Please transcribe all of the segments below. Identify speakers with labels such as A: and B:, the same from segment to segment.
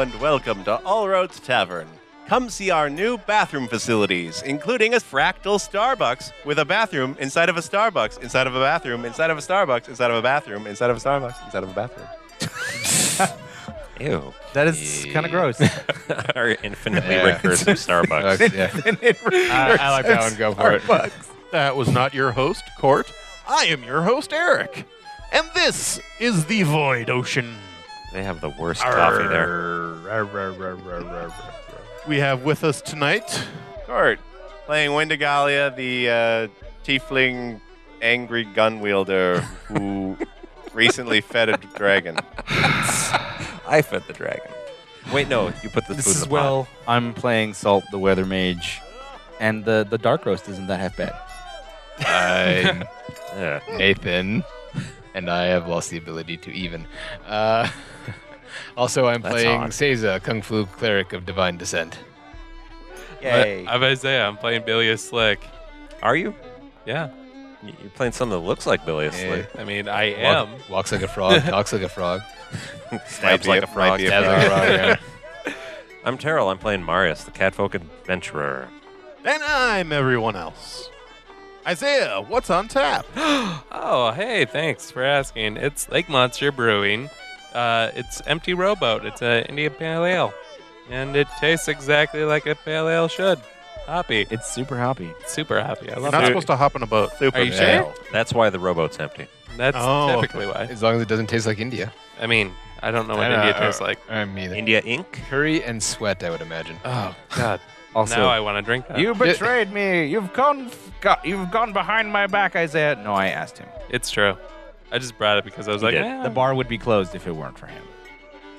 A: and welcome to All Roads Tavern. Come see our new bathroom facilities, including a fractal Starbucks with a bathroom inside of a Starbucks, inside of a bathroom, inside of a Starbucks, inside of a bathroom, inside of a Starbucks, inside of a bathroom.
B: Ew.
C: That is kind of gross.
B: Our infinitely
D: Yeah.
B: recursive Starbucks.
D: I, I like that one. Go for it.
E: That was not your host, Court. I am your host, Eric. And this is the Void Ocean.
B: They have the worst coffee there.
E: We have with us tonight.
A: Court, playing Wendigalia, the uh, tiefling angry gun wielder who recently fed a dragon.
B: I fed the dragon. Wait, no, you put the
C: this
B: food in
C: is
B: the
C: well. I'm playing Salt the Weather Mage, and the the dark roast isn't that half bad.
D: I'm
B: pot. Yeah.
D: Nathan, and I have lost the ability to even. Uh, also, I'm
B: That's
D: playing
B: odd.
D: Seiza, Kung Fu Cleric of Divine Descent.
B: Yay.
F: I'm Isaiah. I'm playing Billy is Slick.
B: Are you?
F: Yeah.
B: Y- You're playing something that looks like Billy Slick.
F: I mean, I
D: Walk-
F: am.
D: Walks like a frog, talks like a frog,
B: Stabs
A: be
B: like
A: a-
B: a frog.
A: might be a
D: stabs like a frog. yeah.
B: I'm Terrell. I'm playing Marius, the Catfolk Adventurer.
E: And I'm everyone else. Isaiah, what's on tap?
F: Oh, hey, thanks for asking. It's Lake Monster Brewing. Uh, it's Empty Rowboat. It's an Indian Pale Ale. And it tastes exactly like a Pale Ale should. Hoppy.
C: It's super hoppy.
F: Super happy. I
E: You're
F: love
E: not
F: it.
E: supposed to hop in a boat.
A: Super
F: Are you
D: Yeah.
F: sure?
B: That's why the rowboat's empty.
F: That's
E: Oh, okay.
F: typically why.
D: As long as it doesn't taste like India.
F: I mean, I don't know what
D: I know,
F: India tastes like.
D: I mean, either.
B: India Inc.
D: curry and sweat, I would imagine.
F: Oh, God.
C: Also,
F: now I want to drink that.
C: you betrayed me. You've gone, got, you've gone behind my back, Isaiah. No, I asked him.
F: It's true. I just brought it because I was
B: You
F: like,
B: did.
F: eh,
C: The bar would be closed if it weren't for him.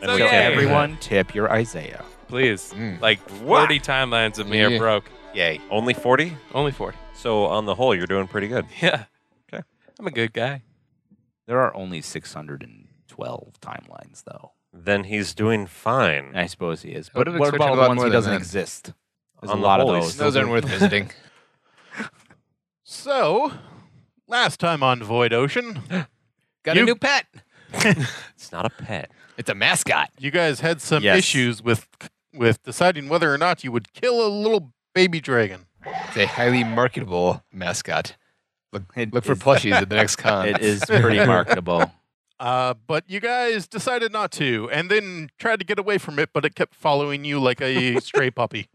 B: And
F: So
B: we
F: yay.
B: can't do that.
C: Everyone, tip your Isaiah.
F: please.
D: Mm.
F: Like 40 timelines of me
D: Yeah.
F: are broke.
A: Yay.
B: Only 40?
F: Only 40.
B: So on the whole, you're doing pretty good.
F: Yeah.
B: Okay.
F: I'm a good guy.
C: There are only 612 timelines, though.
B: Then he's doing fine.
C: I suppose he is.
D: I would
C: But
D: have
C: what
D: expected
C: about
D: a
C: the
D: lot
C: ones
D: more
C: he
D: than
C: doesn't
D: that.
C: exist? There's
B: On
C: a
B: the
C: lot of
B: whole, he's
C: those.
B: still
D: Those aren't worth visiting.
E: So, last time on Void Ocean,
D: Got
E: You-
D: a new pet.
B: It's not a pet.
D: It's a mascot.
E: you guys had some
C: Yes.
E: issues with with deciding whether or not you would kill a little baby dragon.
D: It's a highly marketable mascot. Look,
C: It
D: look for
C: is-
D: plushies at the next con.
C: It is pretty marketable.
E: Uh, but you guys decided not to, and then tried to get away from it, but it kept following you like a stray puppy.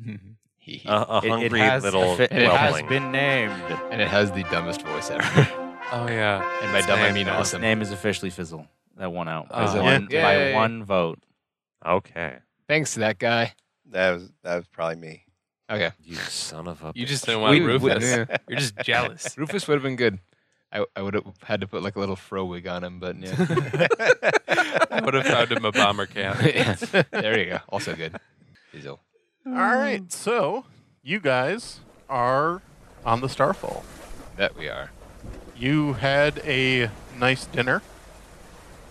D: Hee hee.
B: A, a
C: It- it
B: hungry
C: has-
B: little
C: it has
B: whelpling.
C: been named.
D: and it has the dumbest voice ever.
F: Oh, yeah.
D: and by
F: Its
D: dumb, I
F: name
D: mean
F: is-
C: His
D: awesome.
C: name is officially Fizzle. That won out by,
F: Fizzle.
C: one,
D: Yeah.
C: by
D: Yay.
C: one vote.
B: Okay.
D: Thanks to that guy.
A: That was, that was probably me.
D: Okay.
B: You son of a.
F: You
B: bitch.
F: just didn't want
D: We-
F: Rufus.
D: yeah.
F: You're just jealous.
D: Rufus would have been good. I, I would have had to put like a little fro wig on him, but yeah.
F: I would have found him a bomber camp.
D: Yeah. There you go. Also good. Diesel.
E: All
D: Mm.
E: right, so you guys are on the Starfall.
D: That we are.
E: You had a nice dinner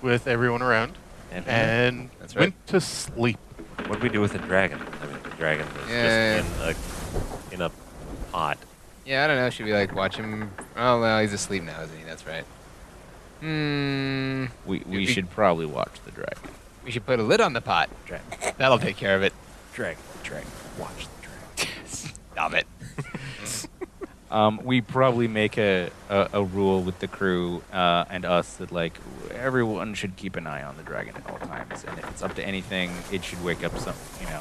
E: with everyone around, Mm-hmm. and
D: That's right.
E: went to sleep.
B: What do we do with the dragon? I mean, the dragon was
D: Yeah.
B: just in a, in a pot.
D: Yeah, I don't know. Should we like watch him? Oh no, he's asleep now, isn't he? That's right. Hmm.
C: We, we
D: we-
C: should probably watch the dragon.
D: We should put a lid on the pot. That'll take care of it.
B: Dragon, dragon, watch the dragon.
D: Stop it.
C: Um, we probably make a, a, a rule with the crew uh, and us that like everyone should keep an eye on the dragon at all times, and if it's up to anything, it should wake up some. You know,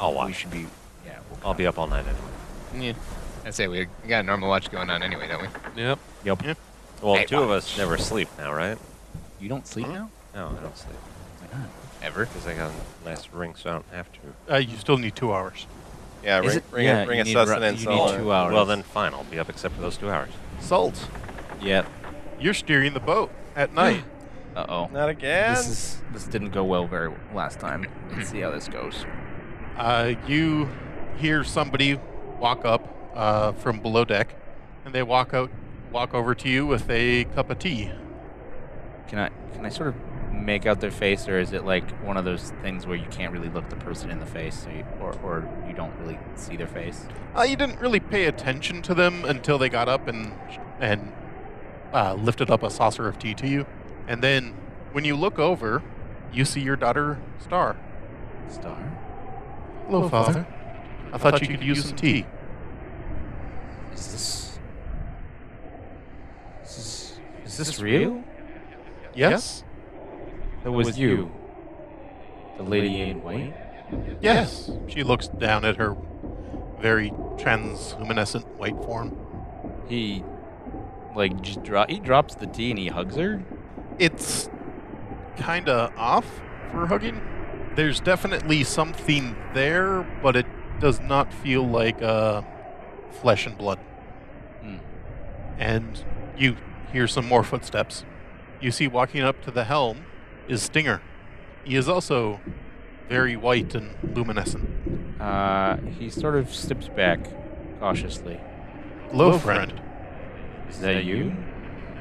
B: I'll
C: we
B: watch.
C: should be. Yeah, we'll
B: I'll be up all night anyway.
D: Yeah. I'd say we got a normal watch going on anyway, don't we?
F: Yep.
C: Yep.
E: Yeah.
B: Well,
D: Hey,
B: two of us never sleep now, right?
C: You don't sleep now?
B: No, I don't sleep
C: Why not?
D: Ever.
B: because I got a nice ring, so I don't have to.
E: Uh, you still need two hours.
A: Yeah,
C: Is
A: ring,
C: it-
A: ring,
C: yeah,
A: a, ring
C: you
A: a
C: need ru-
A: sustenance
C: you need uh,
A: all.
C: two hours.
B: Well, then fine. I'll be up except for those two hours.
E: Salt,
C: Yep.
E: you're steering the boat at night.
C: Uh oh.
A: Not again.
C: This is this didn't go well very well last time. Let's see how this goes.
E: Uh, you hear somebody walk up uh, from below deck, and they walk out, walk over to you with a cup of tea.
C: Can I can I sort of make out their face, or is it like one of those things where you can't really look the person in the face, so you, or or you don't really see their face?
E: Uh, you didn't really pay attention to them until they got up and and uh, lifted up a saucer of tea to you, and then when you look over, you see your daughter Star
G: Star?
E: Hello, Father. I thought you could use some tea.
C: Is this. Is this, is this
E: Yes?
G: That was you.
C: The lady in white?
E: Yes. She looks down at her very transluminescent white form.
G: He, like, just dro- he drops the tea and he hugs her.
E: It's kind of off for hugging. There's definitely something there, but it does not feel like uh, flesh and blood.
G: Hmm.
E: And you hear some more footsteps. You see walking up to the helm is Stinger. He is also very white and luminescent.
G: Uh, he sort of steps back cautiously.
E: Hello, friend.
C: Is that you?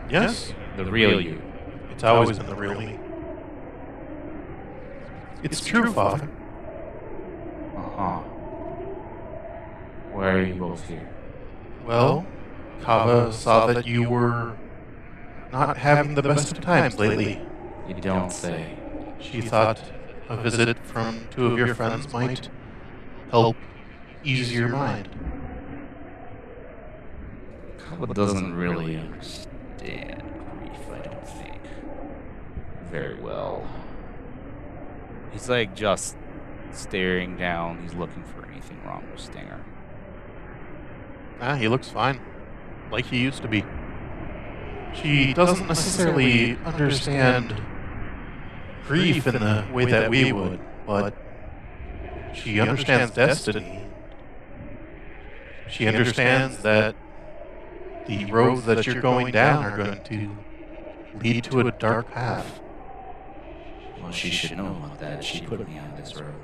E: Yes?
G: The real you.
E: It's always been the real me. It's, true, Father.
C: Uh huh. Why are you both here?
E: Well, Kava saw that you were not having the best of times lately.
C: You don't say.
E: She thought a visit from two of your friends might help ease your mind.
C: Kaba doesn't really understand grief, I don't think. Very well.
G: He's like just staring down. He's looking for anything wrong with Stinger.
E: Ah, he looks fine. Like he used to be. She doesn't necessarily understand grief in the way that we would, but she understands destiny. She understands that the roads that you're going down are going to lead to a dark path.
C: Well, she should know about that. She put me on this road.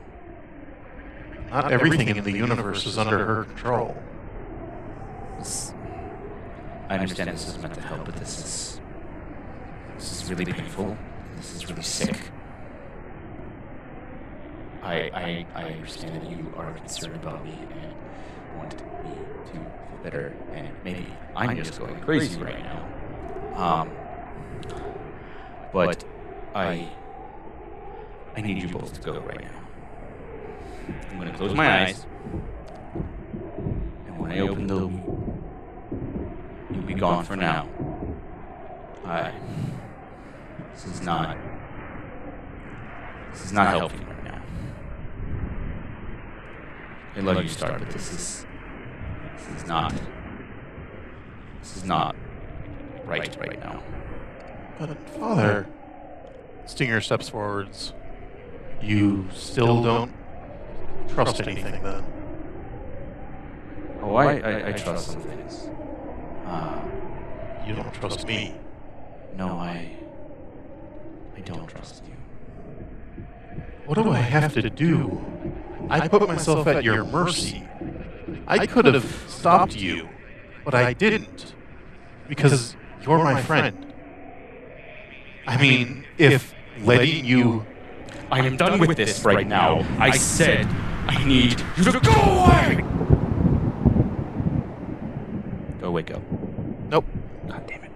E: Not everything in the universe is under her control.
C: This- I understand this is meant to help, but this is. This is really painful. This is really sick. I, I, I understand that you are concerned about me and want me to feel better, and maybe I'm just going crazy right now. Um, but I. I need you both to go right now. I'm going to close my eyes. And when I open the loop, you'll be gone for now. I. This is not. This is not helping right now. I love you, Star, but this is. This is not. This is not right right now.
E: But father, Stinger steps forwards. You still don't trust anything, then?
C: Oh, I, I, I trust some things. Uh,
E: You don't trust me.
C: no, I. I don't trust you.
E: What do I have to do? I put myself at your mercy. I could have stopped you, but I didn't. Because you're my friend. I mean, if letting you.
C: I am done with this right now. I said I need you to go away!
G: Go wake up.
E: Nope.
G: God damn it.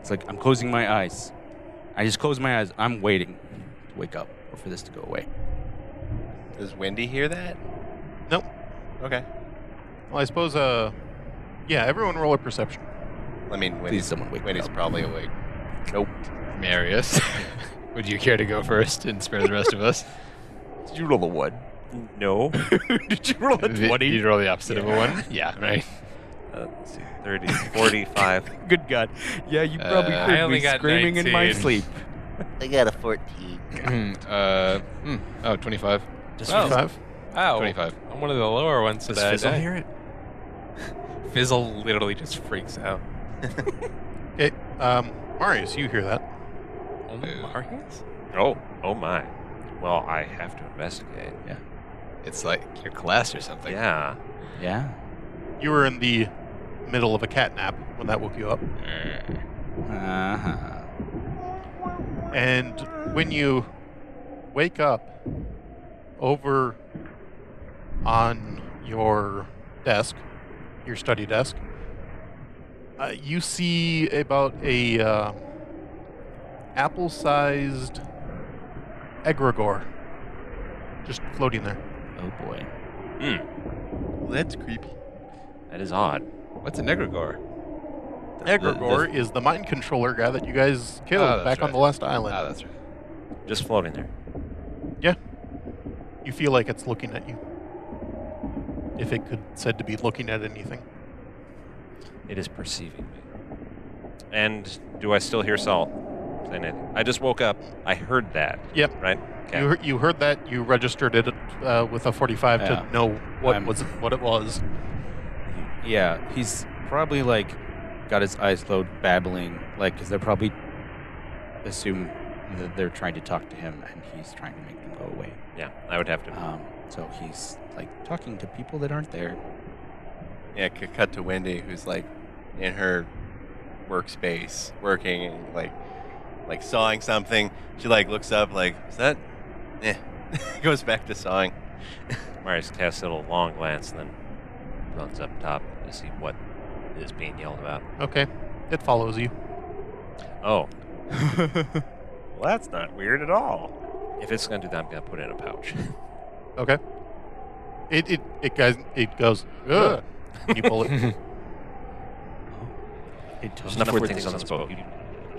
G: It's like I'm closing my eyes. I just close my eyes. I'm waiting to wake up or for this to go away.
A: Does Wendy hear that?
E: Nope.
A: Okay.
E: Well, I suppose, uh. Yeah, everyone roll a perception.
A: I mean,
G: Please,
A: Wendy's,
G: someone wake me
A: Wendy's
G: up.
A: probably awake.
D: Nope. Marius, would you care to go first and spare the rest of us?
A: Did you roll a one? No. Did you roll a
D: Th-
A: twenty?
D: You'd roll the opposite of a one. Yeah, right.
B: Uh, let's see, 30, 45.
G: Good God. Yeah, you
D: probably Uh, heard
F: I only me got screaming in my 19. sleep.
H: I got a 14.
D: uh, hmm. Oh, 25.
B: Just
F: Oh.
B: fizzle.
E: Five?
F: Wow.
D: 25.
F: I'm one of the lower ones
B: Does
F: today.
B: Fizzle hear it?
F: Fizzle literally just freaks out.
E: Okay. Um, Marius, you hear that.
F: Only
D: Ooh.
F: Marius?
B: Oh, oh my. Well, I have to investigate.
D: It's like your class or something.
B: yeah.
G: Yeah.
E: You were in the middle of a cat nap when that woke you up.
G: Uh
C: Uh-huh.
G: huh.
E: And when you wake up over on your desk, your study desk, uh, you see about a uh, apple-sized egregore just floating there.
I: Oh boy,
A: That's creepy.
I: that is odd.
D: What's an egregore?
E: Egregore is the Ah, mind controller guy that you guys killed
D: Oh, that's
E: back on
D: right.
E: the last
D: Oh,
E: island.
D: that's right.
B: Just floating there.
E: you feel like it's looking at you. If it could said to be looking at anything.
B: It is perceiving me. And do I still hear salt? Say anything. I just woke up. I heard that.
E: Yep.
B: Right? Okay.
E: You, heard, you heard that. You registered it uh, with a 45
C: Yeah.
E: to know what
C: I'm-
E: was what it was.
C: Yeah, he's probably like got his eyes low, babbling, like because they're probably assume that they're trying to talk to him, and he's trying to make them go away.
B: yeah, I would have to.
C: Um, so he's like talking to people that aren't there.
A: Yeah, c- cut to Wendy, who's like in her workspace, working and like like sawing something. She like looks up, like is that? Eh. Goes back to sawing.
B: Marius casts a little long glance and then runs up top to see what is being yelled about.
E: Okay. It follows you.
B: Oh. well, that's not weird at all. If it's going to do that, I'm going to put it in a pouch.
E: Okay. It it it guys it goes. Ugh. You pull it.
C: It
B: There's
C: tells
B: enough weird things on this boat. You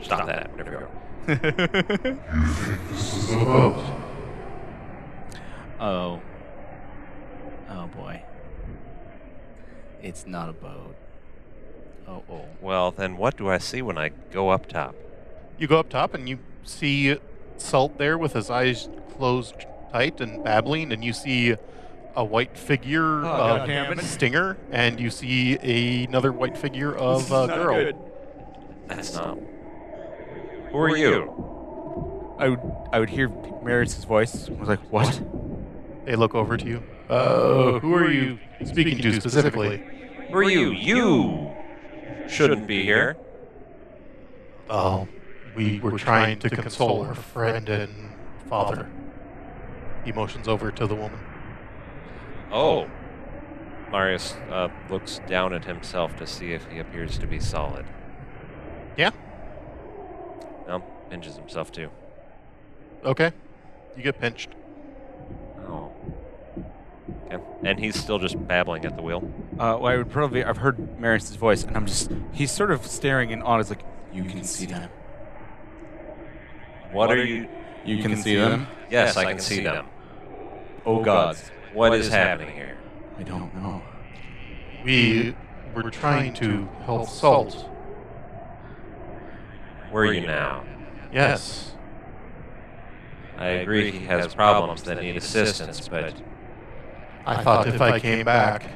B: stop that, whatever you are.
C: Oh. Oh boy. It's not a boat. Oh oh.
B: Well, then what do I see when I go up top?
E: You go up top and you see Salt there with his eyes closed tight and babbling, and you see a white figure of Stinger, and you see another white figure of a girl.
B: That's not. Who are you?
C: I would I would hear Marius's voice. I was like, what?
E: They look over to you. Uh, who are you speaking to specifically?
B: Who are you? You shouldn't be here.
E: Oh, we were trying to console her friend and father. He motions over to the woman.
B: Oh. Marius uh, looks down at himself to see if he appears to be solid.
E: Yeah.
B: No, pinches himself too.
E: Okay. You get pinched.
B: Oh. Okay. And he's still just babbling at the wheel.
C: Uh, well, I would probably I've heard Marius's voice, and I'm just he's sort of staring in awe. It's like you, can, see them.
B: What, are you?
C: You, can, see, them.
B: Yes, I can see them.
C: Oh gods.
B: what is, happening here?
C: I don't know.
E: We were trying to help Salt.
B: Where are you now?
E: Yes.
B: I agree he has problems that need assistance, but
E: I thought if I came back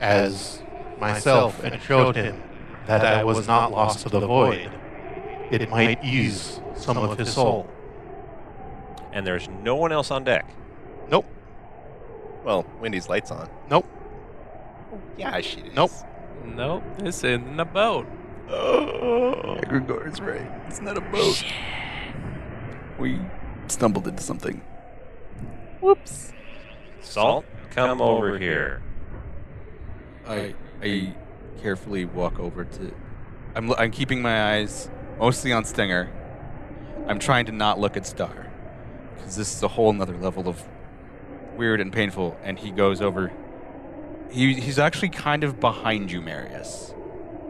E: as myself and showed him that I was not lost to the void, it might ease some of his soul.
B: and there's no one else on deck.
E: Nope.
A: Well, Wendy's lights on.
E: Nope.
A: Yeah, she did.
E: Nope.
F: Nope, this isn't a boat.
C: Egregore is right. It's not a boat. We stumbled into something.
B: Salt, come over here.
C: I I carefully walk over to. I'm lo- I'm keeping my eyes mostly on Stinger. I'm trying to not look at Star, because this is a whole nother level of weird and painful. And he goes over. He he's actually kind of behind you, Marius.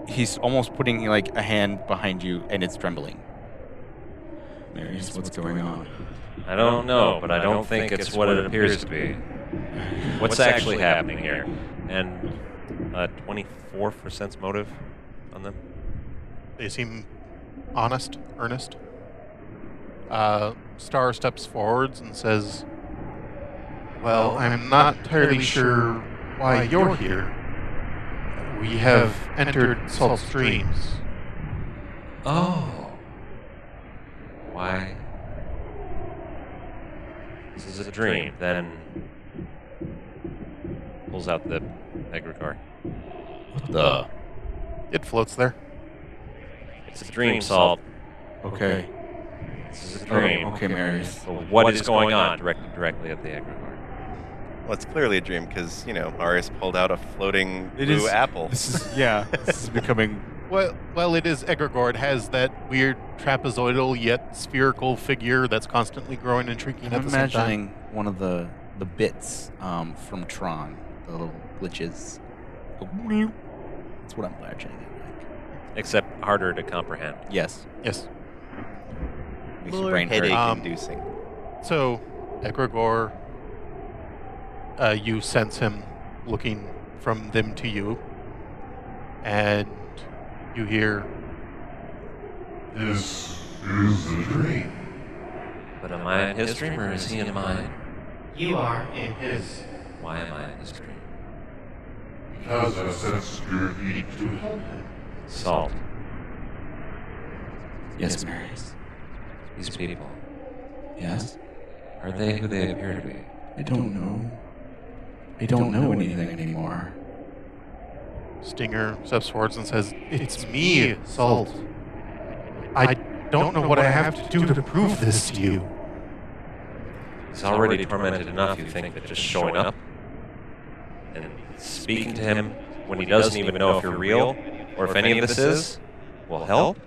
C: He's almost putting like a hand behind you, and it's trembling. Marius, what's going on?
B: I don't know, but I don't think it's what it appears to be. What's actually happening here? And uh, 24 for sense motive on them.
E: They seem honest, earnest. Uh, Star steps forwards and says, Well, I'm not entirely sure why you're here. We have entered Salt's dreams.
B: Oh. Why? This is a dream. Then pulls out the egregore.
C: The
E: It floats there.
B: It's a dream, Salt.
C: okay.
B: This is a
C: Oh,
B: dream.
C: okay, Marius.
B: But what is going on? Directed directly at the egregore.
A: Well, it's clearly a dream because you know Marius pulled out a floating
C: It
A: blue
C: is-
A: apple.
C: This is yeah. This is becoming
E: Well, well, it is Egregore. It has that weird trapezoidal yet spherical figure that's constantly growing and shrinking
C: I'm
E: at the same time.
C: imagining one of the the bits um, from Tron, the little glitches. Go bloop. That's what I'm imagining it
B: Except harder to comprehend.
C: like. Yes.
E: Yes.
C: Makes your brain hurt.
H: Headache
E: Um,
H: inducing.
E: So, Egregore, uh, you sense him looking from them to you, and you hear,
J: This is the dream.
B: But am I in his dream or is he in mine?
J: You are in his.
B: Why am I in his dream?
J: Because I sensed your need to help him.
B: Salt.
C: Yes, Marius.
B: These people.
C: Yes.
B: Are they who they appear to be?
C: I don't know. I don't know anything anymore.
E: Stinger steps forwards and says, It's me, Salt. I don't know what I have to do to prove this to you.
B: He's already tormented enough, you think, that just showing up and speaking to him when he doesn't even know if you're real or if any of this is will help?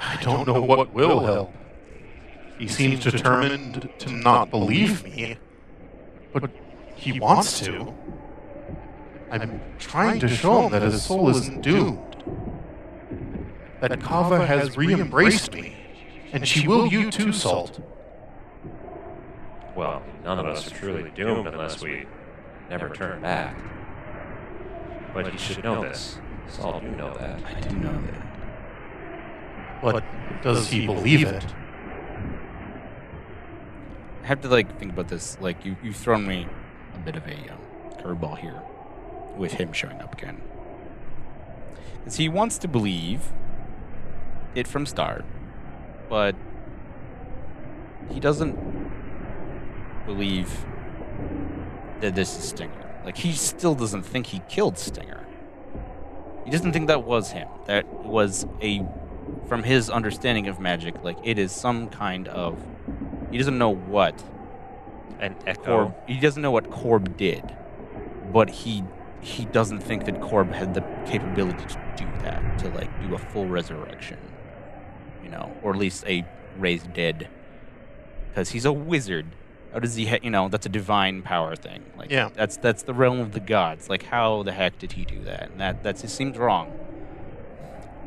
E: I don't know what will help. He seems determined to not believe me, but he wants to. I'm trying to show him that his soul isn't doomed. That Kava has re embraced me, and she will you too, Salt.
B: Well, none of us are truly doomed unless we never turn back. But he should know this. Saul, you know that.
C: I do know that.
E: But does he believe it?
C: I have to like think about this. Like you, you've thrown me a bit of a um, curveball here with him showing up again. Because he wants to believe it from start, but he doesn't believe that this is Stinger. Like he still doesn't think he killed Stinger. He doesn't think that was him. That was a from his understanding of magic, like it is some kind of he doesn't know what
B: An
C: Corb. He doesn't know what Corb did, but he he doesn't think that Corb had the capability to do that, to like do a full resurrection, you know, or at least a raised dead, because he's a wizard. How does he? Ha- you know, that's a divine power thing. Like,
E: Yeah.
C: that's that's the realm of the gods. Like, how the heck did he do that? And that that's, it seems wrong.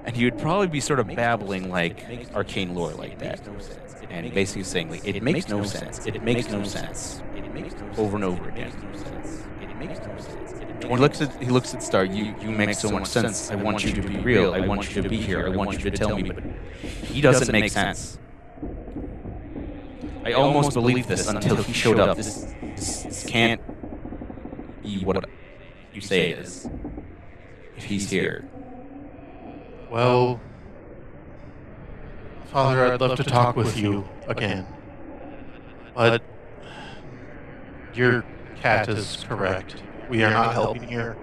C: And he would probably be sort of babbling like arcane lore like that, and basically saying like, "It makes no sense. It makes no sense." It makes no over and over again. He looks at he looks at Star. You you make so much sense. I want you to be real. I want you to be here. I want you to tell me. But he doesn't make sense. I almost believed this until he showed up. This, this, this can't be what you say it is. If he's here,
E: Well, Father, I'd love to talk with you again. But your cat is correct. We are not helping here.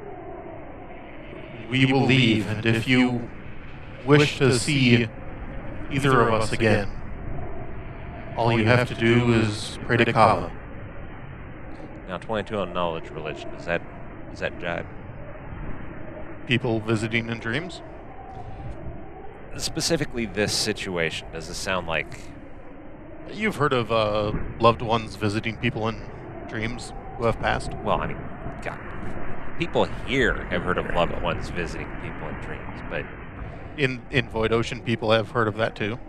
E: We will leave, and if you wish to see either of us again, all you have to do is pray to Kava.
B: Now, 22 on knowledge religion. Is that is that jibe?
E: People visiting in dreams?
B: Specifically, this situation. Does it sound like
E: You've heard of uh, loved ones visiting people in dreams who have passed?
B: well? I mean, God, people here have heard of loved ones visiting people in dreams, but
E: In, in Void Ocean, people have heard of that too.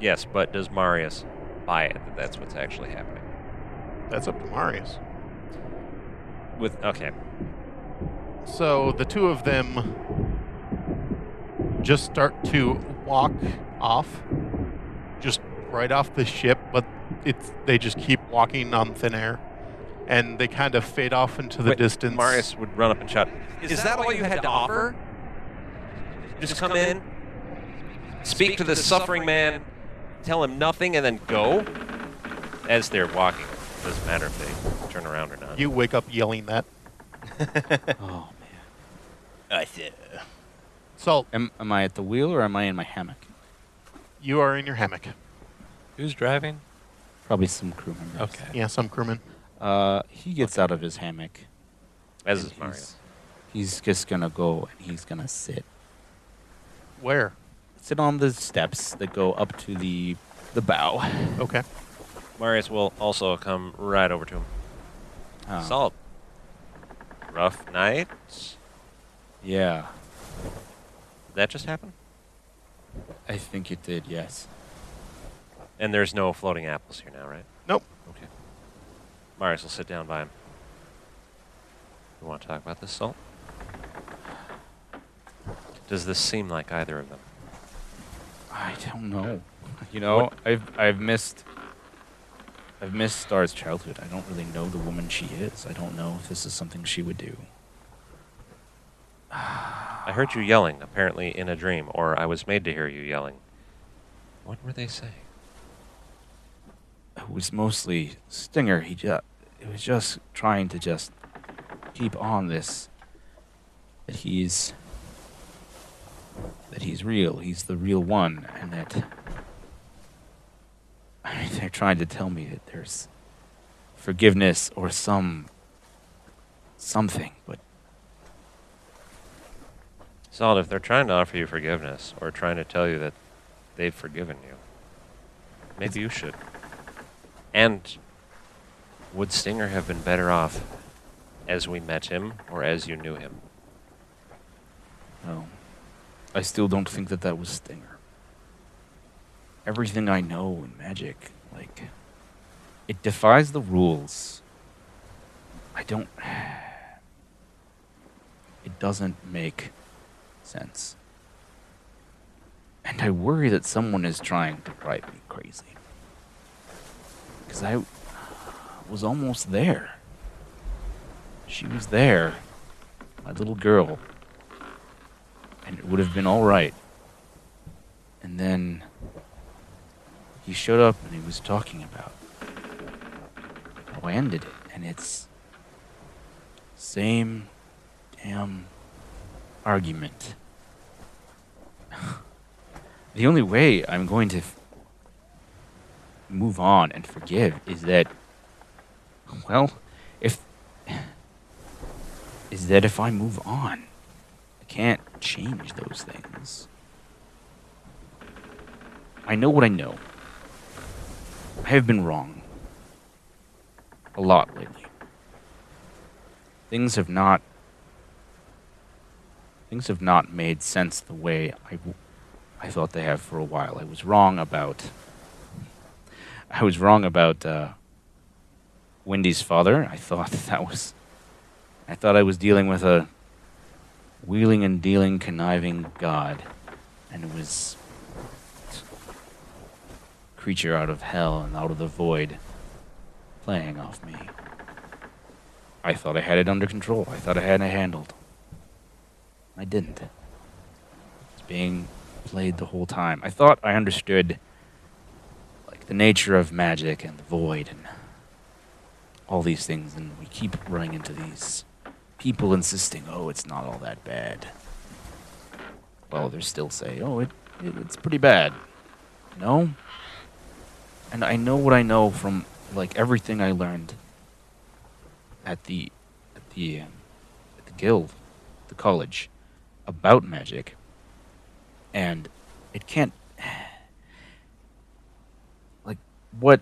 B: yes, but does Marius buy it that that's what's actually happening?
E: That's up to Marius.
B: With okay,
E: So the two of them just start to walk off, just right off the ship, but it's they just keep walking on thin air, and they kind of fade off into the
B: Wait,
E: distance.
B: Marius would run up and shout, "Is, that, all you had to offer? Just come in, speak to this suffering man, tell him nothing, and then go." As they're walking, it doesn't matter if they turn around or not.
E: you wake up yelling that
C: Oh,
H: I said,
E: salt.
C: am am I at the wheel or am I in my hammock?
E: You are in your hammock.
F: Who's driving?
C: Probably some crew members.
F: Okay.
E: Yeah, some crewman.
C: Uh, he gets out of his hammock.
B: As is
C: and
B: Marius.
C: He's, he's just gonna go and he's gonna sit.
E: Where?
C: Sit on the steps that go up to the the bow.
E: Okay.
B: Marius will also come right over to him.
C: Um,
G: Oh,
B: Solid. Rough night.
G: yeah,
B: Did that just happened?
C: I think it did. Yes.
B: And there's no floating apples here now, right?
E: Nope.
B: Okay. Marius will sit down by him. You want to talk about this, Salt? Does this seem like either of them?
C: I don't know.
G: you know, I've I've missed. I've missed Star's childhood. I don't really know the woman she is. I don't know if this is something she would do.
B: I heard you yelling, apparently in a dream, or I was made to hear you yelling. What were they saying?
C: It was mostly Stinger. He just it was just trying to just keep on this that he's that he's real. He's the real one, and that I mean, they're trying to tell me that there's forgiveness or some something, but
B: Solid, if they're trying to offer you forgiveness or trying to tell you that they've forgiven you, maybe you should. And would Stinger have been better off as we met him or as you knew him?
C: No. I still don't think that that was Stinger. Everything I know in magic, like, it defies the rules. I don't. It doesn't make sense. And I worry that someone is trying to drive me crazy. Because I was almost there. She was there. My little girl and it would have been all right. And then he showed up and he was talking about how I ended it, and it's same damn argument. the only way I'm going to f- move on and forgive is that, well, if is that if I move on. I can't change those things. I know what I know. I have been wrong. A lot lately. Things have not. Things have not made sense the way I, w- I thought they have for a while. I was wrong about. I was wrong about uh, Wendy's father. I thought that was. I thought I was dealing with a wheeling and dealing, conniving god, and it was creature out of hell and out of the void, playing off me. I thought I had it under control. I thought I had it handled. I didn't. It's being played the whole time. I thought I understood like the nature of magic and the void and all these things, and we keep running into these people insisting, oh, it's not all that bad. Well, they're still saying, oh, it, it it's pretty bad. You know? And I know what I know from like everything I learned at the at the uh, at the guild, the college about magic. And it can't like what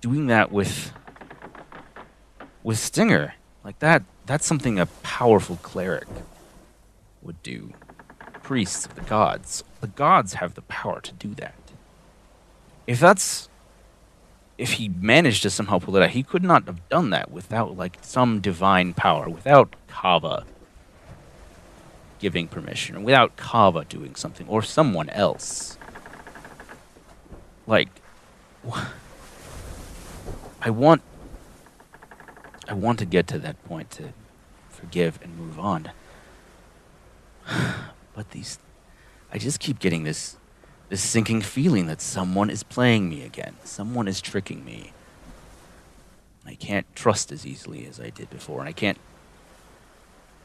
C: doing that with with Stinger. Like that that's something a powerful cleric would do. Priests of the gods. The gods have the power to do that. If that's if he managed to somehow pull it out, he could not have done that without like some divine power, without Kava giving permission, or without Kava doing something, or someone else. Like wh- I want I want to get to that point to forgive and move on. but these I just keep getting this this sinking feeling that someone is playing me again. Someone is tricking me. I can't trust as easily as I did before, and I can't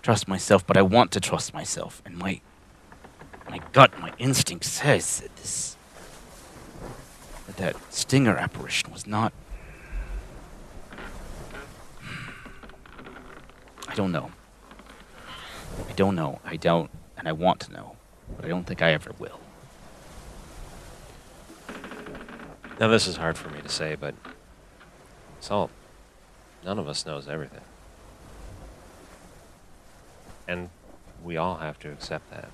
C: trust myself, but I want to trust myself. And my my gut, my instinct says that this that, that stinger apparition was not I don't know. I don't know. I don't, and I want to know, but I don't think I ever will.
B: Now, this is hard for me to say, but salt. None of us knows everything. And we all have to accept that.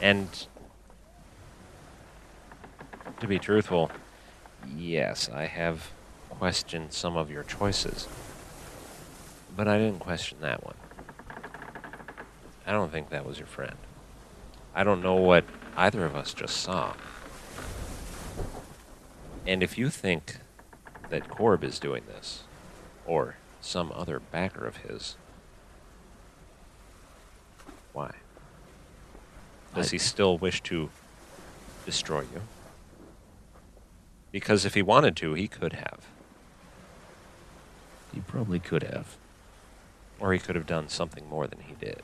B: And to be truthful, yes, I have questioned some of your choices. But I didn't question that one. I don't think that was your friend. I don't know what either of us just saw. And if you think that Korb is doing this, or some other backer of his, why? Does he still wish to destroy you? Because if he wanted to, he could have.
C: He probably could have.
B: Or he could have done something more than he did.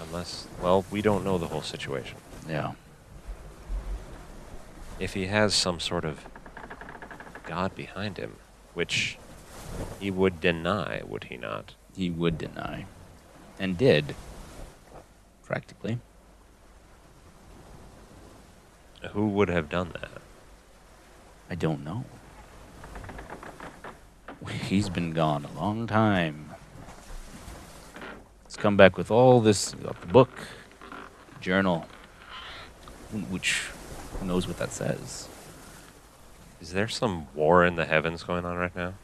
B: Unless, well, we don't know the whole situation.
C: Yeah.
B: If he has some sort of god behind him, which he would deny, would he not?
C: He would deny. And did. Practically.
B: Who would have done that?
C: I don't know. He's been gone a long time. He's come back with all this uh, book, journal, which who knows what that says.
B: Is there some war in the heavens going on right now?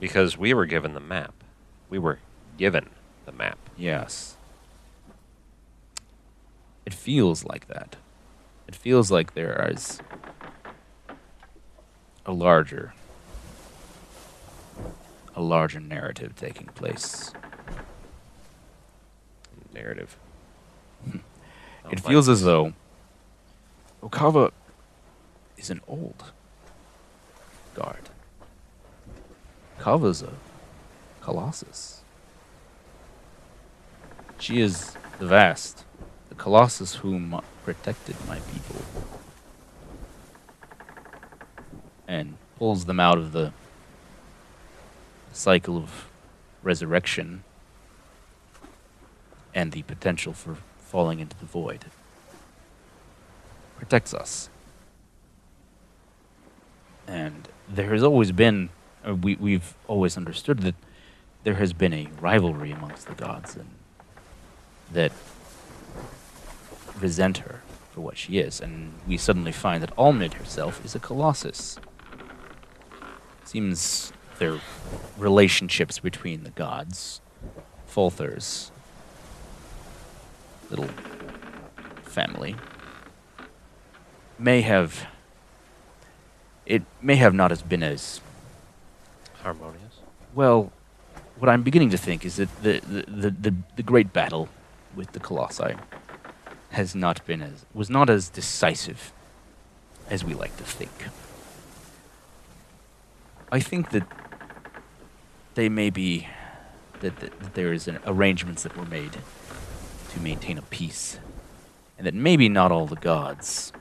B: Because we were given the map. We were given the map.
C: Yes. It feels like that. It feels like there is a larger a larger narrative taking place.
B: Narrative.
C: Hmm. It feels as though Okava is an old guard. Okava's a colossus. She is the vast, the colossus whom protected my people and pulls them out of the cycle of resurrection and the potential for falling into the void. Protects us. And there has always been, uh, we, we've always understood that there has been a rivalry amongst the gods and that resent her for what she is. And we suddenly find that Almid herself is a colossus. Seems their relationships between the gods, Fulthur's little family, may have it may have not as been as
B: Harmonious.
C: well. What I'm beginning to think is that the the, the, the, the great battle with the Colossi has not been as was not as decisive as we like to think. I think that they may be that, that, that there is an arrangements that were made to maintain a peace, and that maybe not all the gods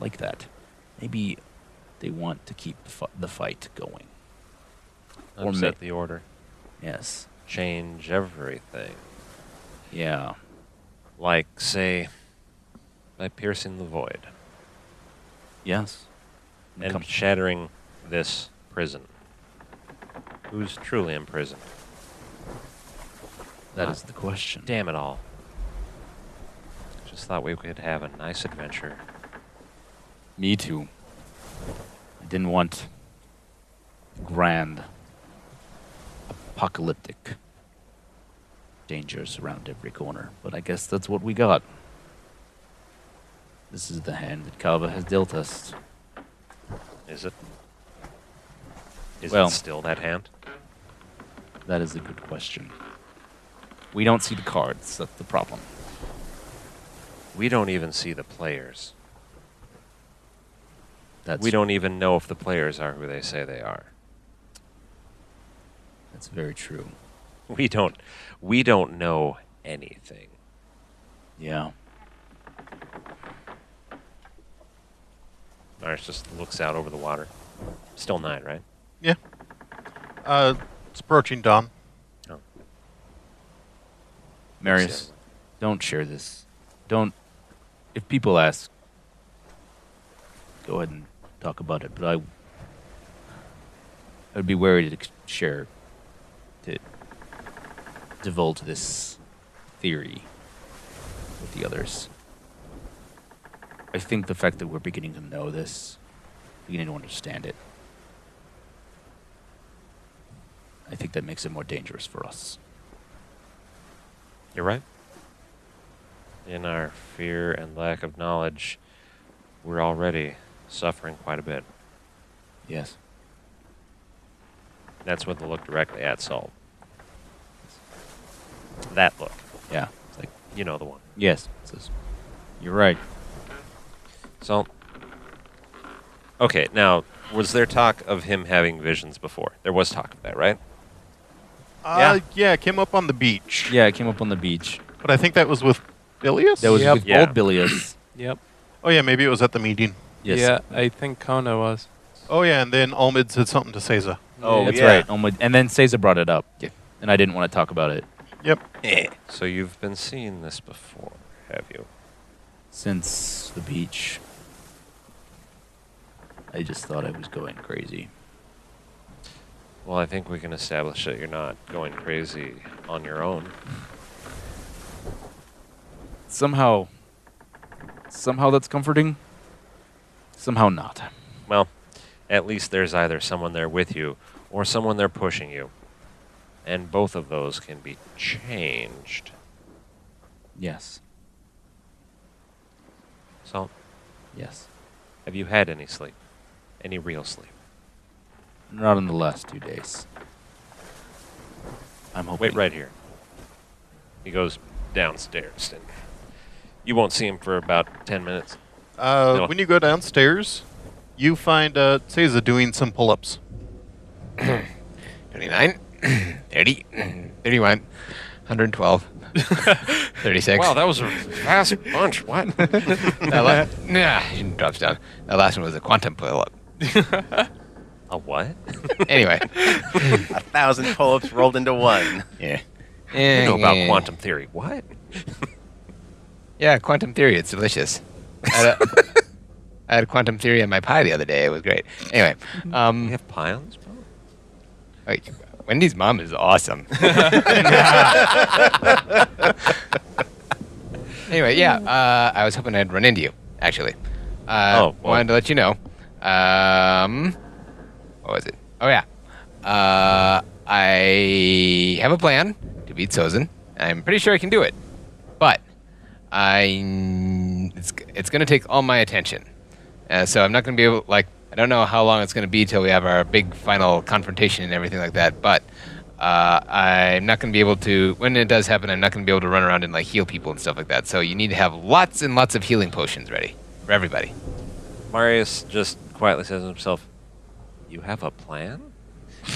C: like that. Maybe they want to keep the, fi- the fight going. Or
B: Upset
C: ma-
B: the order.
C: Yes.
B: Change everything.
C: Yeah.
B: Like, say, by piercing the void
C: Yes.
B: and
C: Come-
B: shattering this prison. Who's truly imprisoned?
C: that is the question.
B: Damn it all. Just thought we could have a nice adventure.
C: Me too. I didn't want grand, apocalyptic dangers around every corner, but I guess that's what we got. This is the hand that Kava has dealt us.
B: Is it? Is
C: Well-
B: it still that hand?
C: That is a good question. We don't see the cards, that's the problem.
B: We don't even see the players.
C: That's,
B: we don't even know if the players are who they say they are.
C: that's very true.
B: We don't we don't know anything.
C: Yeah.
B: Mars just looks out over the water. Still night, right?
E: Yeah. Uh, it's approaching dawn.
C: Marius, don't share this. Don't. If people ask, go ahead and talk about it, but I, I would be wary to ex- share, to divulge this theory with the others. I think the fact that we're beginning to know this, beginning to understand it, I think that makes it more dangerous for us.
B: You're right. In our fear and lack of knowledge, we're already suffering quite a bit.
C: Yes.
B: That's when the look directly at Salt. That look.
C: Yeah. It's like
B: You know the one.
C: yes. It's just- you're right.
B: So, okay, now, was there talk of him having visions before? There was talk of that, right?
E: Uh, yeah, it came up on the beach.
C: Yeah, I came up on the beach.
E: But I think that was with Ilias?
C: That was
F: Yep.
C: with
B: Yeah.
C: old Bilius.
F: Yep.
E: Oh, yeah, maybe it was at the meeting.
C: Yes.
F: Yeah, I think Kona was.
E: Oh, yeah, and then Almid said something to Seiza.
C: Oh, that's
A: yeah.
C: right. Omid- and then Cesar brought it up. Yeah. And I didn't want to talk about it
E: Yep.
B: So you've been seeing this before, have you?
C: since the beach. I just thought I was going crazy.
B: Well, I think we can establish that you're not going crazy on your own.
C: Somehow, somehow that's comforting. Somehow not.
B: Well, at least there's either someone there with you or someone there pushing you. And both of those can be changed.
C: Yes.
B: So,
C: Yes.
B: have you had any sleep? Any real sleep?
C: Not in the last two days. I'm hoping.
B: Wait right here. He goes downstairs, and you won't see him for about 10 minutes.
E: Uh,
B: No.
E: When you go downstairs, you find uh, Seiza doing some pull ups.
D: 29, 30, 31, 112, 36.
B: Wow, that was a fast bunch. What?
D: That la- nah, she drops down. That last one was a quantum pull up.
B: A what?
D: Anyway.
A: A thousand pull-ups rolled into one.
D: yeah.
B: You
D: Yeah,
B: know
D: yeah.
B: about quantum theory. What?
D: Yeah, quantum theory. It's delicious. I had, a, I had quantum theory in my pie the other day. It was great. Anyway,
B: We
D: um,
B: have pie on this boat?
D: wait, Wendy's mom is awesome. anyway, yeah, uh, I was hoping I'd run into you. Actually, uh,
B: Oh, well.
D: wanted to let you know. Um, what was it? Oh yeah, uh, I have a plan to beat Sozin. I'm pretty sure I can do it, but I it's it's going to take all my attention. Uh, so I'm not going to be able like I don't know how long it's going to be till we have our big final confrontation and everything like that. But uh, I'm not going to be able to when it does happen. I'm not going to be able to run around and like heal people and stuff like that. So you need to have lots and lots of healing potions ready for everybody.
B: Marius just quietly says to himself, You have a plan?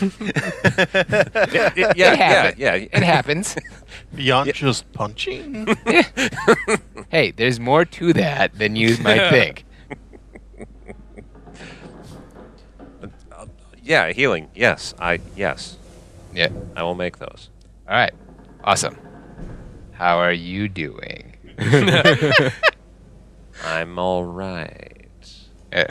B: yeah, yeah,
D: it
B: yeah,
D: happens.
B: yeah,
D: It happens.
E: Beyond just punching?
D: hey, there's more to that than you might think.
B: yeah, healing. Yes, I yes,
D: Yeah.
B: I will make those.
D: All right. Awesome. How are you doing?
B: I'm all right.
D: Yeah.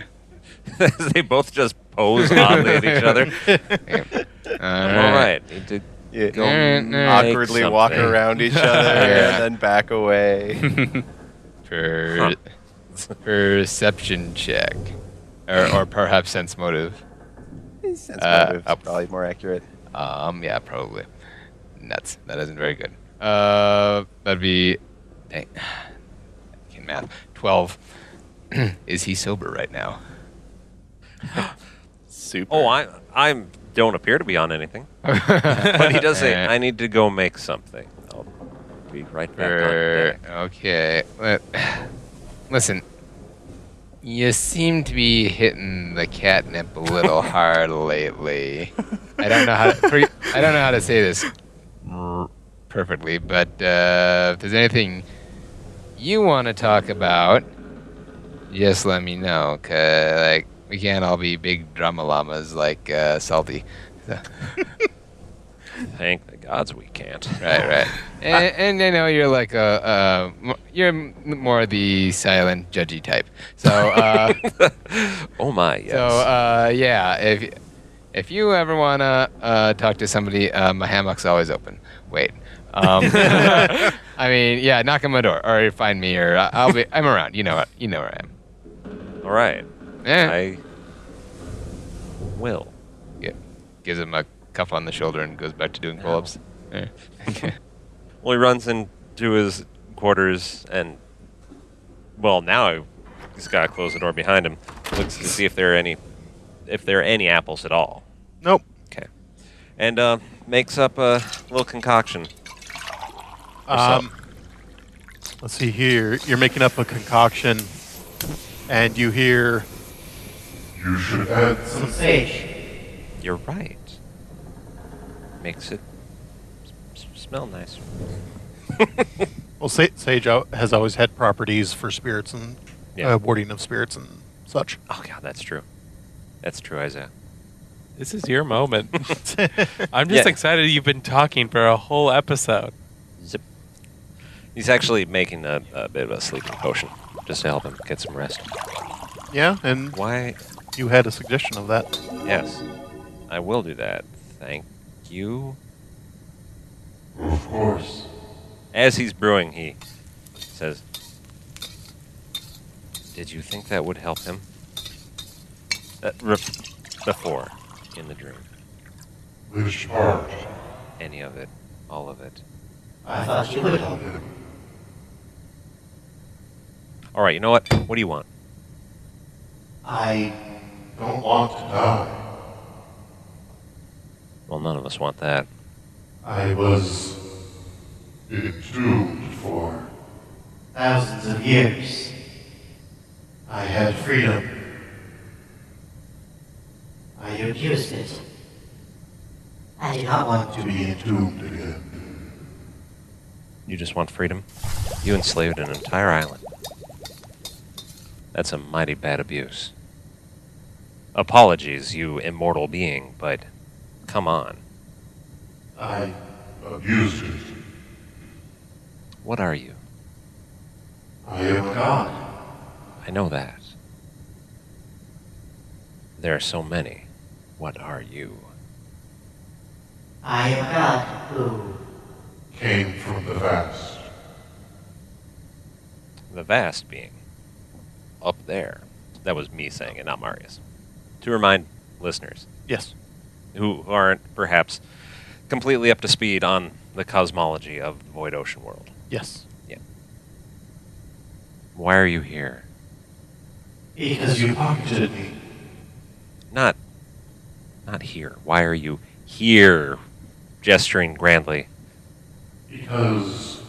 B: they both just pose oddly at each other.
D: Uh,
B: I'm all right. Need to
A: Yeah.
B: go
D: Mm,
B: make
A: Awkwardly walk
B: something.
A: around each other
D: Yeah.
A: and then back away.
D: Per- perception check, or, or perhaps sense motive.
A: Sense
D: Uh,
A: motive is
D: up.
A: probably more accurate.
D: Um, yeah, probably. Nuts. That isn't very good. Uh, that'd be. Dang. Can math. Twelve. Is he sober right now?
A: Super.
B: Oh, I I'm don't appear to be on anything. But he does say
D: Eh.
B: I need to go make something. I'll be right back on
D: Er,
B: deck.
D: okay. Let- Listen. You seem to be hitting the catnip a little hard lately. I don't know how to, pre- I don't know how to say this r- perfectly, but uh, if there's anything you want to talk about, just let me know. 'cause, like we can't all be big drama llamas like uh, Salty.
B: Thank the gods we can't.
D: Right, right. And, and I know you're like a, a you're m- more the silent judgy type. So, uh,
B: Oh my, yes.
D: so uh, yeah, if if you ever wanna uh, talk to somebody, uh, my hammock's always open. Wait. Um, I mean, yeah, knock on my door or find me or I- I'll be I'm around. You know, you know where I am.
B: All right.
D: Eh,
B: I will.
D: yeah. Gives him a cuff on the shoulder and goes back to doing pull-ups. Eh.
B: Well, he runs into his quarters and, well, now he's got to close the door behind him. Looks to see if there are any, if there are any apples at all,
E: Nope.
B: and uh, makes up a little concoction.
E: Um, let's see here. You're making up a concoction, and you hear
J: You should add some
H: Sage.
B: You're right. Makes it s- s- smell nice.
E: Well, Sa- Sage al- has always had properties for spirits and
B: Yeah.
E: uh, warding of spirits and such.
B: Oh God, that's true. That's true, Isaiah.
F: This is your moment. I'm just
B: Yeah.
F: excited you've been talking for a whole episode.
B: Zip. He's actually making a, a bit of a sleeping potion just to help him get some rest.
E: yeah, and
B: Why?
E: you had a suggestion of that.
B: Yes, I will do that. Thank you.
J: Of course.
B: As he's brewing, he says, Did you think that would help him? That re- before, in the dream.
J: Which part?
B: Any of it. All of it.
H: I thought you would help.
B: All right, you know what? What do you want?
H: I
J: Don't want to die.
B: Well, none of us want that.
J: I was entombed for.
H: thousands of years.
J: I had freedom.
H: I abused it. I do not want
J: To
H: to.
J: be entombed again.
B: You just want freedom? You enslaved an entire island. That's a mighty bad abuse. Apologies, you immortal being, but come on.
J: I abused it.
B: What are you?
J: I am a god.
B: I know that. There are so many. What are you?
H: I am a god who
J: Came from the vast.
B: The vast being. Up there. That was me saying it, not Marius. To remind listeners
E: Yes.
B: who aren't perhaps completely up to speed on the cosmology of the Void Ocean world.
E: Yes.
B: Why are you here?
H: because you
J: Pocketed me.
B: Not not here. Why are you here? Gesturing grandly.
J: Because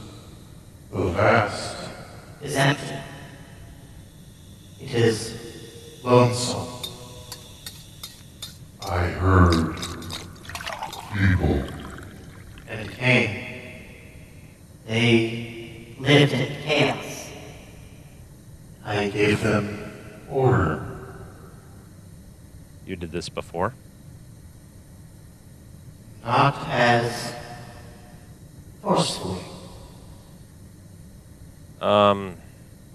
J: the vast,
H: is empty. It is
J: lonesome. I heard people.
H: and it came. They lived in chaos.
J: I gave them order.
B: You did this before?
H: not as forcefully.
B: Um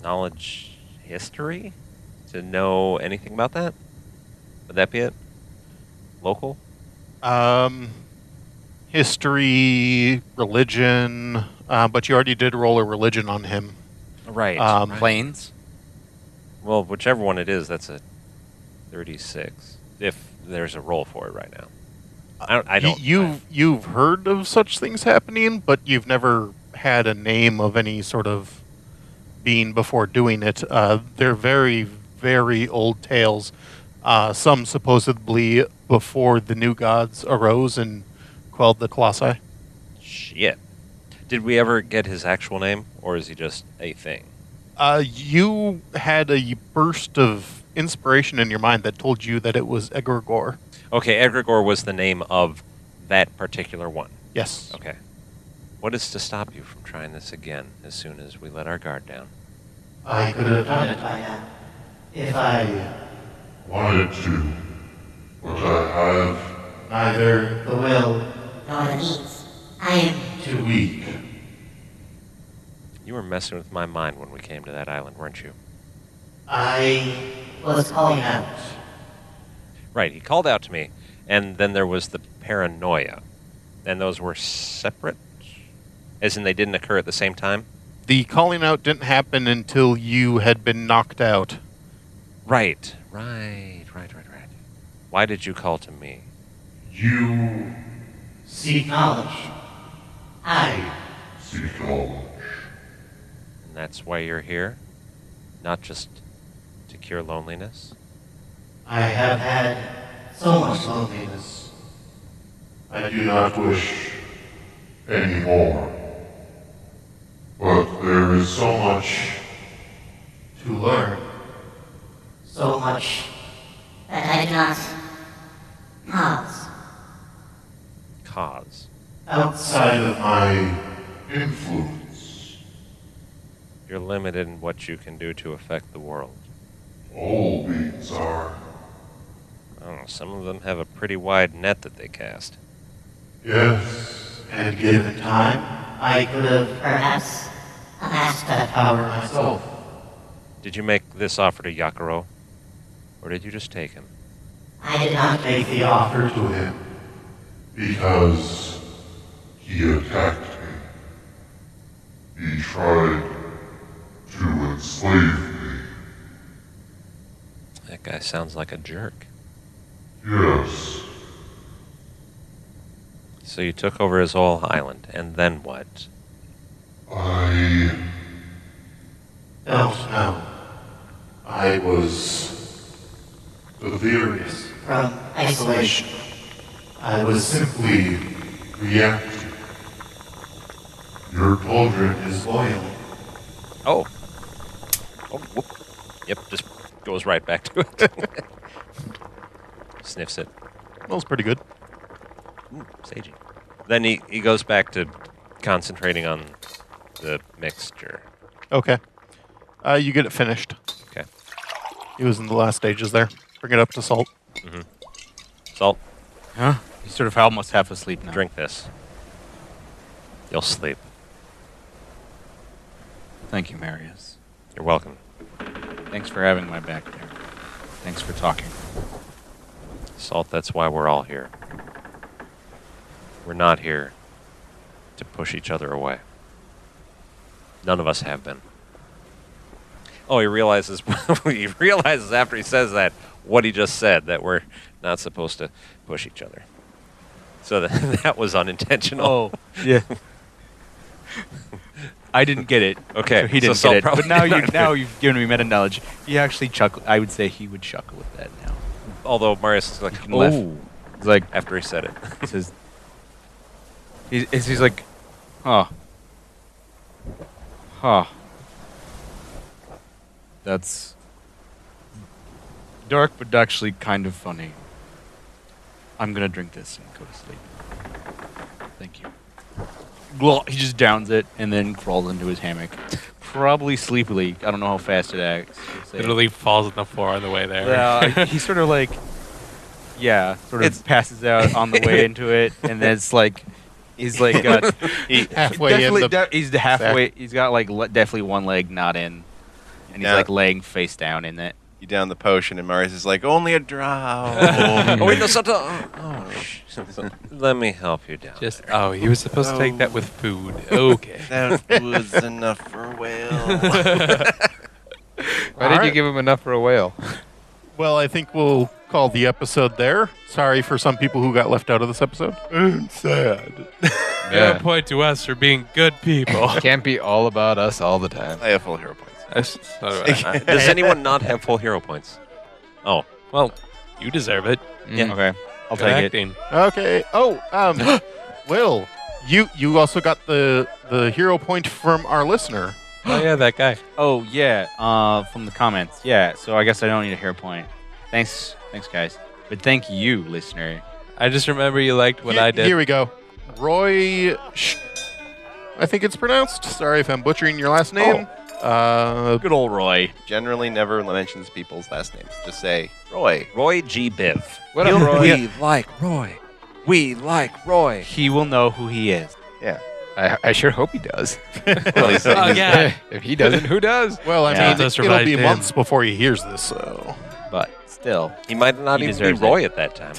B: knowledge history? To know anything about that? Would that be it? Local?
E: Um, history, religion, uh, but you already did roll a religion on him.
B: Right.
E: Um,
C: Planes?
B: well, whichever one it is, that's a 36. If there's a roll for it right now. I don't I
E: Y-
B: don't
E: you
B: I-
E: you've heard of such things happening, but you've never had a name of any sort of being before doing it. Uh, they're very very old tales. Uh, some supposedly before the new gods arose and quelled the colossi.
B: shit. Did we ever get his actual name or is he just a thing?
E: Uh, you had a burst of inspiration in your mind that told you that it was Egregore.
B: Okay, Egregore was the name of that particular one.
E: Yes.
B: Okay. What is to stop you from trying this again as soon as we let our guard down?
H: I could have done it by now. If I
J: Wanted to, but I have
H: neither the will nor the means. I am
J: Too weak.
B: You were messing with my mind when we came to that island, weren't you?
H: I was calling out.
B: Right, he called out to me, and then there was the paranoia. And those were separate? As in they didn't occur at the same time?
E: The calling out didn't happen until you had been knocked out.
B: Right, right, right, right, right. Why did you call to me?
J: You
H: Seek knowledge. I
J: seek knowledge.
B: And that's why you're here? Not just to cure loneliness?
H: I have had so much loneliness.
J: I do not wish any more. But there is so much to learn.
H: so much that I cannot cause
B: Cause.
J: Outside of my influence.
B: You're limited in what you can do to affect the world.
J: All beings are.
B: I don't know, some of them have a pretty wide net that they cast.
J: Yes.
H: and given time, I could have perhaps amassed that uh, power myself.
B: Did you make this offer to Yakuro? Or did you just take him?
H: I did not make the offer.
J: offer to him because he attacked me. He tried to enslave me.
B: That guy sounds like a jerk.
J: Yes,
B: So you took over his whole island, and then what?
J: I
H: Don't know.
J: I was delirious.
H: From isolation.
J: I was simply reacting. Your cauldron is loyal.
B: Oh. oh whoop. Yep, just goes right back to it. Sniffs it.
E: Smells pretty good.
B: Ooh, sagey. Then he, he goes back to concentrating on the mixture.
E: Okay. Uh, you get it finished.
B: Okay.
E: It was in the last stages there. Bring it up to salt.
B: Salt,
C: Huh? He's sort of almost half asleep now.
B: drink this. You'll sleep.
C: Thank you, Marius.
B: You're welcome.
C: Thanks for having my back there. Thanks for talking.
B: Salt, that's why we're all here. We're not here to push each other away. None of us have been. Oh, he realizes he realizes after he says that what he just said that we're not supposed to push each other. So that, that was unintentional.
C: yeah. I didn't get it.
B: Okay,
C: so he didn't
B: so Saul
C: get it. But
B: probably
C: now
B: did
C: you
B: not.
C: now you've given me meta knowledge. He actually chuckle. I would say he would chuckle with that now.
B: Although Marius is like,
C: He can laugh.
B: oh,
C: He's like
B: after he said it.
C: he says. He, he's, he's like, huh, huh. That's dark, but actually kind of funny. I'm gonna drink this and go to sleep. Thank you. Well, he just downs it and then crawls into his hammock, probably sleepily. I don't know how fast it acts. It's a-
F: Literally falls on the floor on the way there.
C: yeah, he sort of like, yeah, sort of passes out on the way into it, and then it's like, he's like got
E: Halfway in
C: definitely
E: the.
C: de- he's halfway. He's got like le- definitely one leg not in, and he's
A: Yeah.
C: like laying face down in it.
A: You down the potion, and Marius is like, only a drow.
B: oh, wait, no, Santa. Oh, sh- Let me help you down.
F: Just oh, he was supposed to take that with food. Okay.
A: that was enough for whale.
D: Why did you
E: Alright.
D: give him enough for a whale?
E: Well, I think we'll call the episode there. Sorry for some people who got left out of this episode. sad.
F: No point to us for being good people.
D: Can't be all about us all the time.
A: I have full hero points.
F: That's- that's all right.
B: Does anyone not have full hero points? Oh,
F: well, you deserve it.
E: Mm-hmm.
D: Yeah.
C: Okay, I'll
F: Good
C: take it.
F: acting.
E: Okay. Oh, um, Will, you you also got the the hero point from our listener.
F: Oh yeah, that guy.
C: Oh yeah, uh, from the comments. Yeah, so I guess I don't need a hair point. Thanks, thanks guys. But thank you, listener.
F: I just remember you liked what
E: Here-
F: I did.
E: Here we go. Roy, Sh- I think it's pronounced. Sorry if I'm butchering your last name.
F: Oh.
E: Uh,
C: Good old Roy.
A: Generally, never mentions people's last names. Just say Roy.
B: Roy G. Biv.
D: What up, Roy?
B: We like Roy. We like Roy.
C: He will know who he is.
A: Yeah.
D: I, I sure hope he does.
A: Well, he's-
F: Oh, yeah.
D: if he doesn't, who does?
E: Well, I
C: Yeah.
E: mean,
F: Those are
E: it'll
F: my
E: be
F: ten.
E: months before he hears this, so.
C: But still,
B: He might not
C: He
B: even be
C: deserves it.
B: Roy at that time.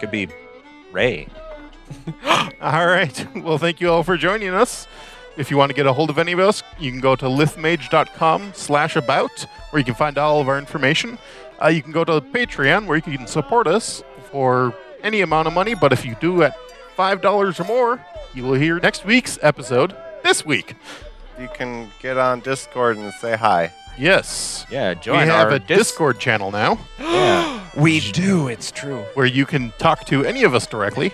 B: Could be Ray.
E: All right. Well, thank you all for joining us. If you want to get a hold of any of us, you can go to lithmage.com slash about, where you can find all of our information. Uh, you can go to Patreon, where you can support us for any amount of money. But if you do at $5 or more, you will hear next week's episode this week.
A: You can get on Discord and say hi.
E: Yes.
C: yeah,
E: we
C: join
E: have
C: our
E: a
C: dis-
E: Discord channel now
B: We do. It's true.
E: where you can talk to any of us directly.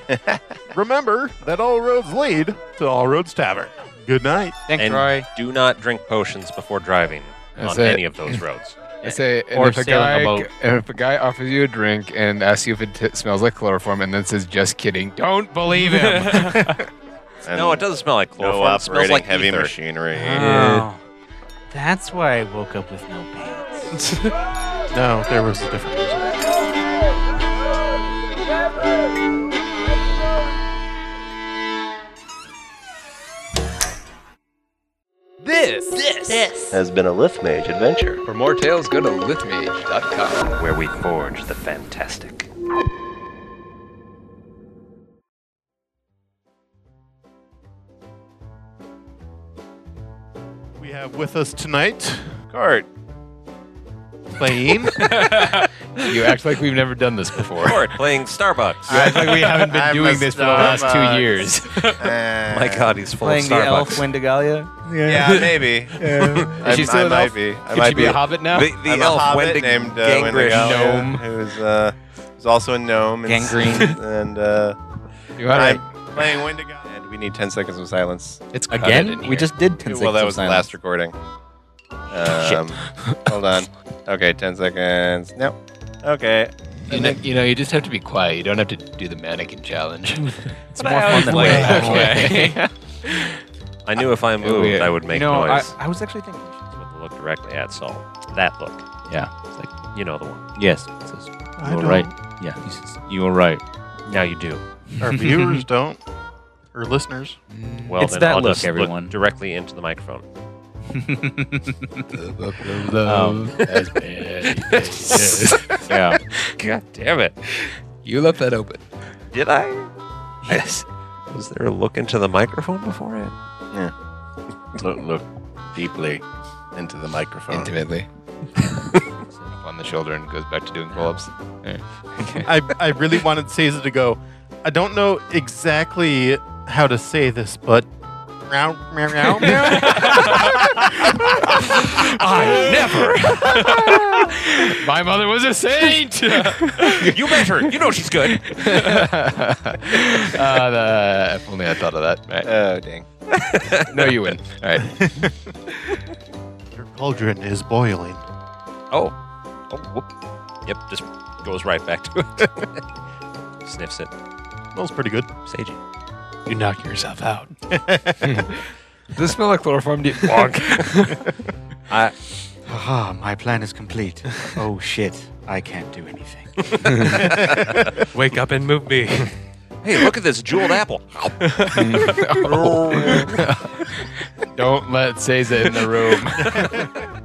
E: Remember that all roads lead to All Roads Tavern. Good night.
G: Thanks,
B: And-
G: Roy.
B: Do not drink potions before driving
D: That's
B: on
D: it.
B: any of those roads.
D: I say, and
C: Or
D: if a guy,
C: sailing a boat.
D: and if a guy offers you a drink and asks you if it t- smells like chloroform, and then says, "Just kidding," don't believe him.
B: no, it doesn't smell like
A: No
B: chloroform. it smells
A: operating
B: like
A: heavy
B: ether.
A: machinery.
C: Oh, that's why I woke up with no pants.
E: No, there was a different reason.
A: Has been a Lift Mage adventure.
D: For more tales, go to lithmage.com.
B: Where we forge the fantastic.
E: We have with us tonight
A: Cart.
E: playing
D: You act like we've never done this before.
B: Or playing Starbucks.
D: You act like we haven't been
A: I'm a
D: doing this for the last
A: Starbucks.
D: two years.
B: Oh My God, he's full of Starbucks.
C: Wendigalia.
A: Eh. Yeah, maybe.
D: Is she
A: I'm-
D: still
A: I
D: an
A: might
D: elf?
A: be. I
D: Could
A: might
D: she be a hobbit now?
B: the the
A: I'm
B: elf
A: a hobbit
B: Wendig-
A: named uh,
B: Gangrish.
A: Wendigalia,
D: Gnome.
A: who's uh, who's also a gnome. and-
C: Gangrene.
A: And uh,
D: You wanna-
A: I'm playing Wendigo. And we need 10 seconds of silence.
D: it's cut in
C: Again? We
D: here.
C: just did 10
A: well, that
C: seconds
A: was
C: of
A: the
C: silence.
A: last recording. Um, hold on. Okay, 10 seconds. No. Okay.
D: you know, you know you just have to be quiet. You don't have to do the mannequin challenge.
C: It's more fun than
F: like
C: Wendigalia.
F: that
D: okay.
B: I knew if I moved,
D: we-
B: I would make
G: you know,
B: noise.
G: I, I was actually thinking.
B: With the look directly at Saul. That look.
C: Yeah.
B: It's like, you know the one.
C: Yes. it says, You were right. Yeah. he says, You were right.
B: Now you do.
E: our viewers don't or listeners.
B: Well,
C: It's
B: then
C: that
B: I'll
C: look,
B: just
C: everyone.
B: look directly into the microphone.
C: Yeah.
B: God damn it.
D: you left that open.
B: Did I? Yes. Was there a look into the microphone before it?
A: Look, look deeply into the microphone.
D: Intimately. Up on the shoulder and goes back to doing pull-ups.
E: I, I really wanted Caesar to go. I don't know exactly how to say this, but meow meow meow meow.
D: My mother was a saint.
B: you met her. You know she's good.
D: uh, the, if only I thought of that. Right.
A: Oh, dang.
D: No, you win. All right.
E: Your cauldron is boiling.
B: Oh. Oh, whoop. Yep, just goes right back to it. Sniffs it.
E: Smells pretty good.
B: Sage.
D: You knock yourself out. Does it smell like chloroform? Do you- Bonk.
C: Haha, Ah, my plan is complete. Oh shit, I can't do anything.
F: Wake up and move me.
B: Hey, look at this jeweled apple.
D: Don't let Seiza in the room.